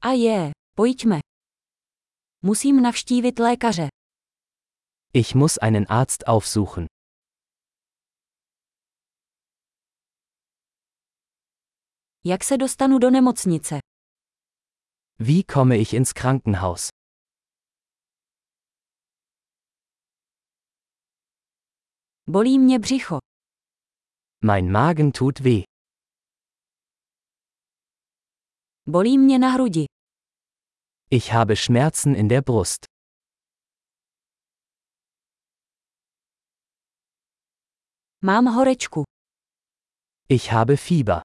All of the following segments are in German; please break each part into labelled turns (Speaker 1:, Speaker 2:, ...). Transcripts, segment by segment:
Speaker 1: A je, pojďme. Musím navštívit lékaře.
Speaker 2: Ich muss einen Arzt aufsuchen.
Speaker 1: Jak se dostanu do nemocnice?
Speaker 2: Wie komme ich ins Krankenhaus?
Speaker 1: Bolí mě břicho.
Speaker 2: Mein Magen tut weh.
Speaker 1: Bolí mě na hrudi.
Speaker 2: Ich habe Schmerzen in der Brust.
Speaker 1: Mám horečku.
Speaker 2: Ich habe Fieber.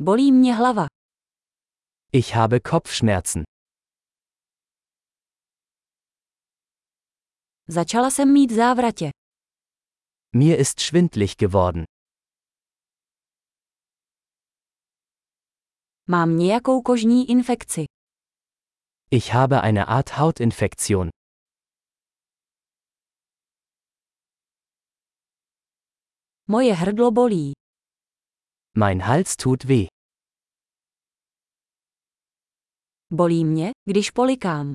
Speaker 1: Bolí mě hlava.
Speaker 2: Ich habe Kopfschmerzen.
Speaker 1: Začala jsem mít závratě.
Speaker 2: Mir ist schwindlig geworden.
Speaker 1: Mám nějakou kožní infekci.
Speaker 2: Ich habe eine Art Hautinfektion.
Speaker 1: Moje hrdlo bolí.
Speaker 2: Mein Hals tut weh.
Speaker 1: Bolí mě, když polikám.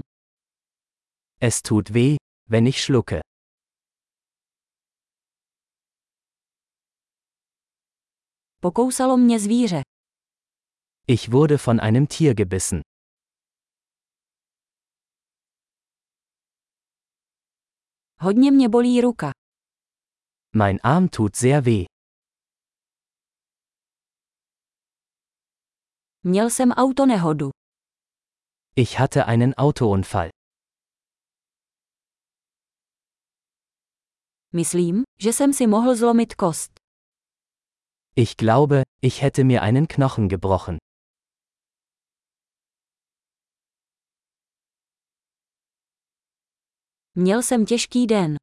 Speaker 2: Es tut weh, wenn ich schlucke.
Speaker 1: Pokousalo mě zvíře.
Speaker 2: Ich wurde von einem Tier gebissen.
Speaker 1: Hodně mě bolí ruka.
Speaker 2: Mein Arm tut sehr weh.
Speaker 1: Měl jsem autonehodu.
Speaker 2: Ich hatte einen Autounfall.
Speaker 1: Myslím, že jsem si mohl zlomit kost.
Speaker 2: Ich glaube, ich hätte mir einen Knochen gebrochen.
Speaker 1: Měl jsem těžký den.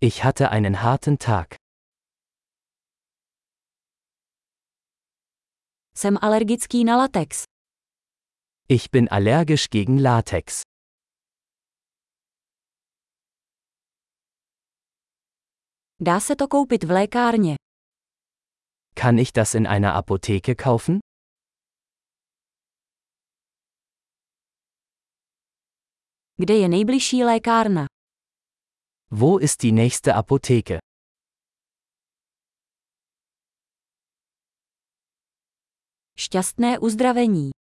Speaker 2: Ich hatte einen harten Tag.
Speaker 1: Jsem alergický na latex.
Speaker 2: Ich bin allergisch gegen Latex.
Speaker 1: Dá se to koupit v lékárně.
Speaker 2: Kann ich das in einer Apotheke kaufen?
Speaker 1: Kde je nejbližší lékárna?
Speaker 2: Wo ist die nächste Apotheke?
Speaker 1: Šťastné uzdravení.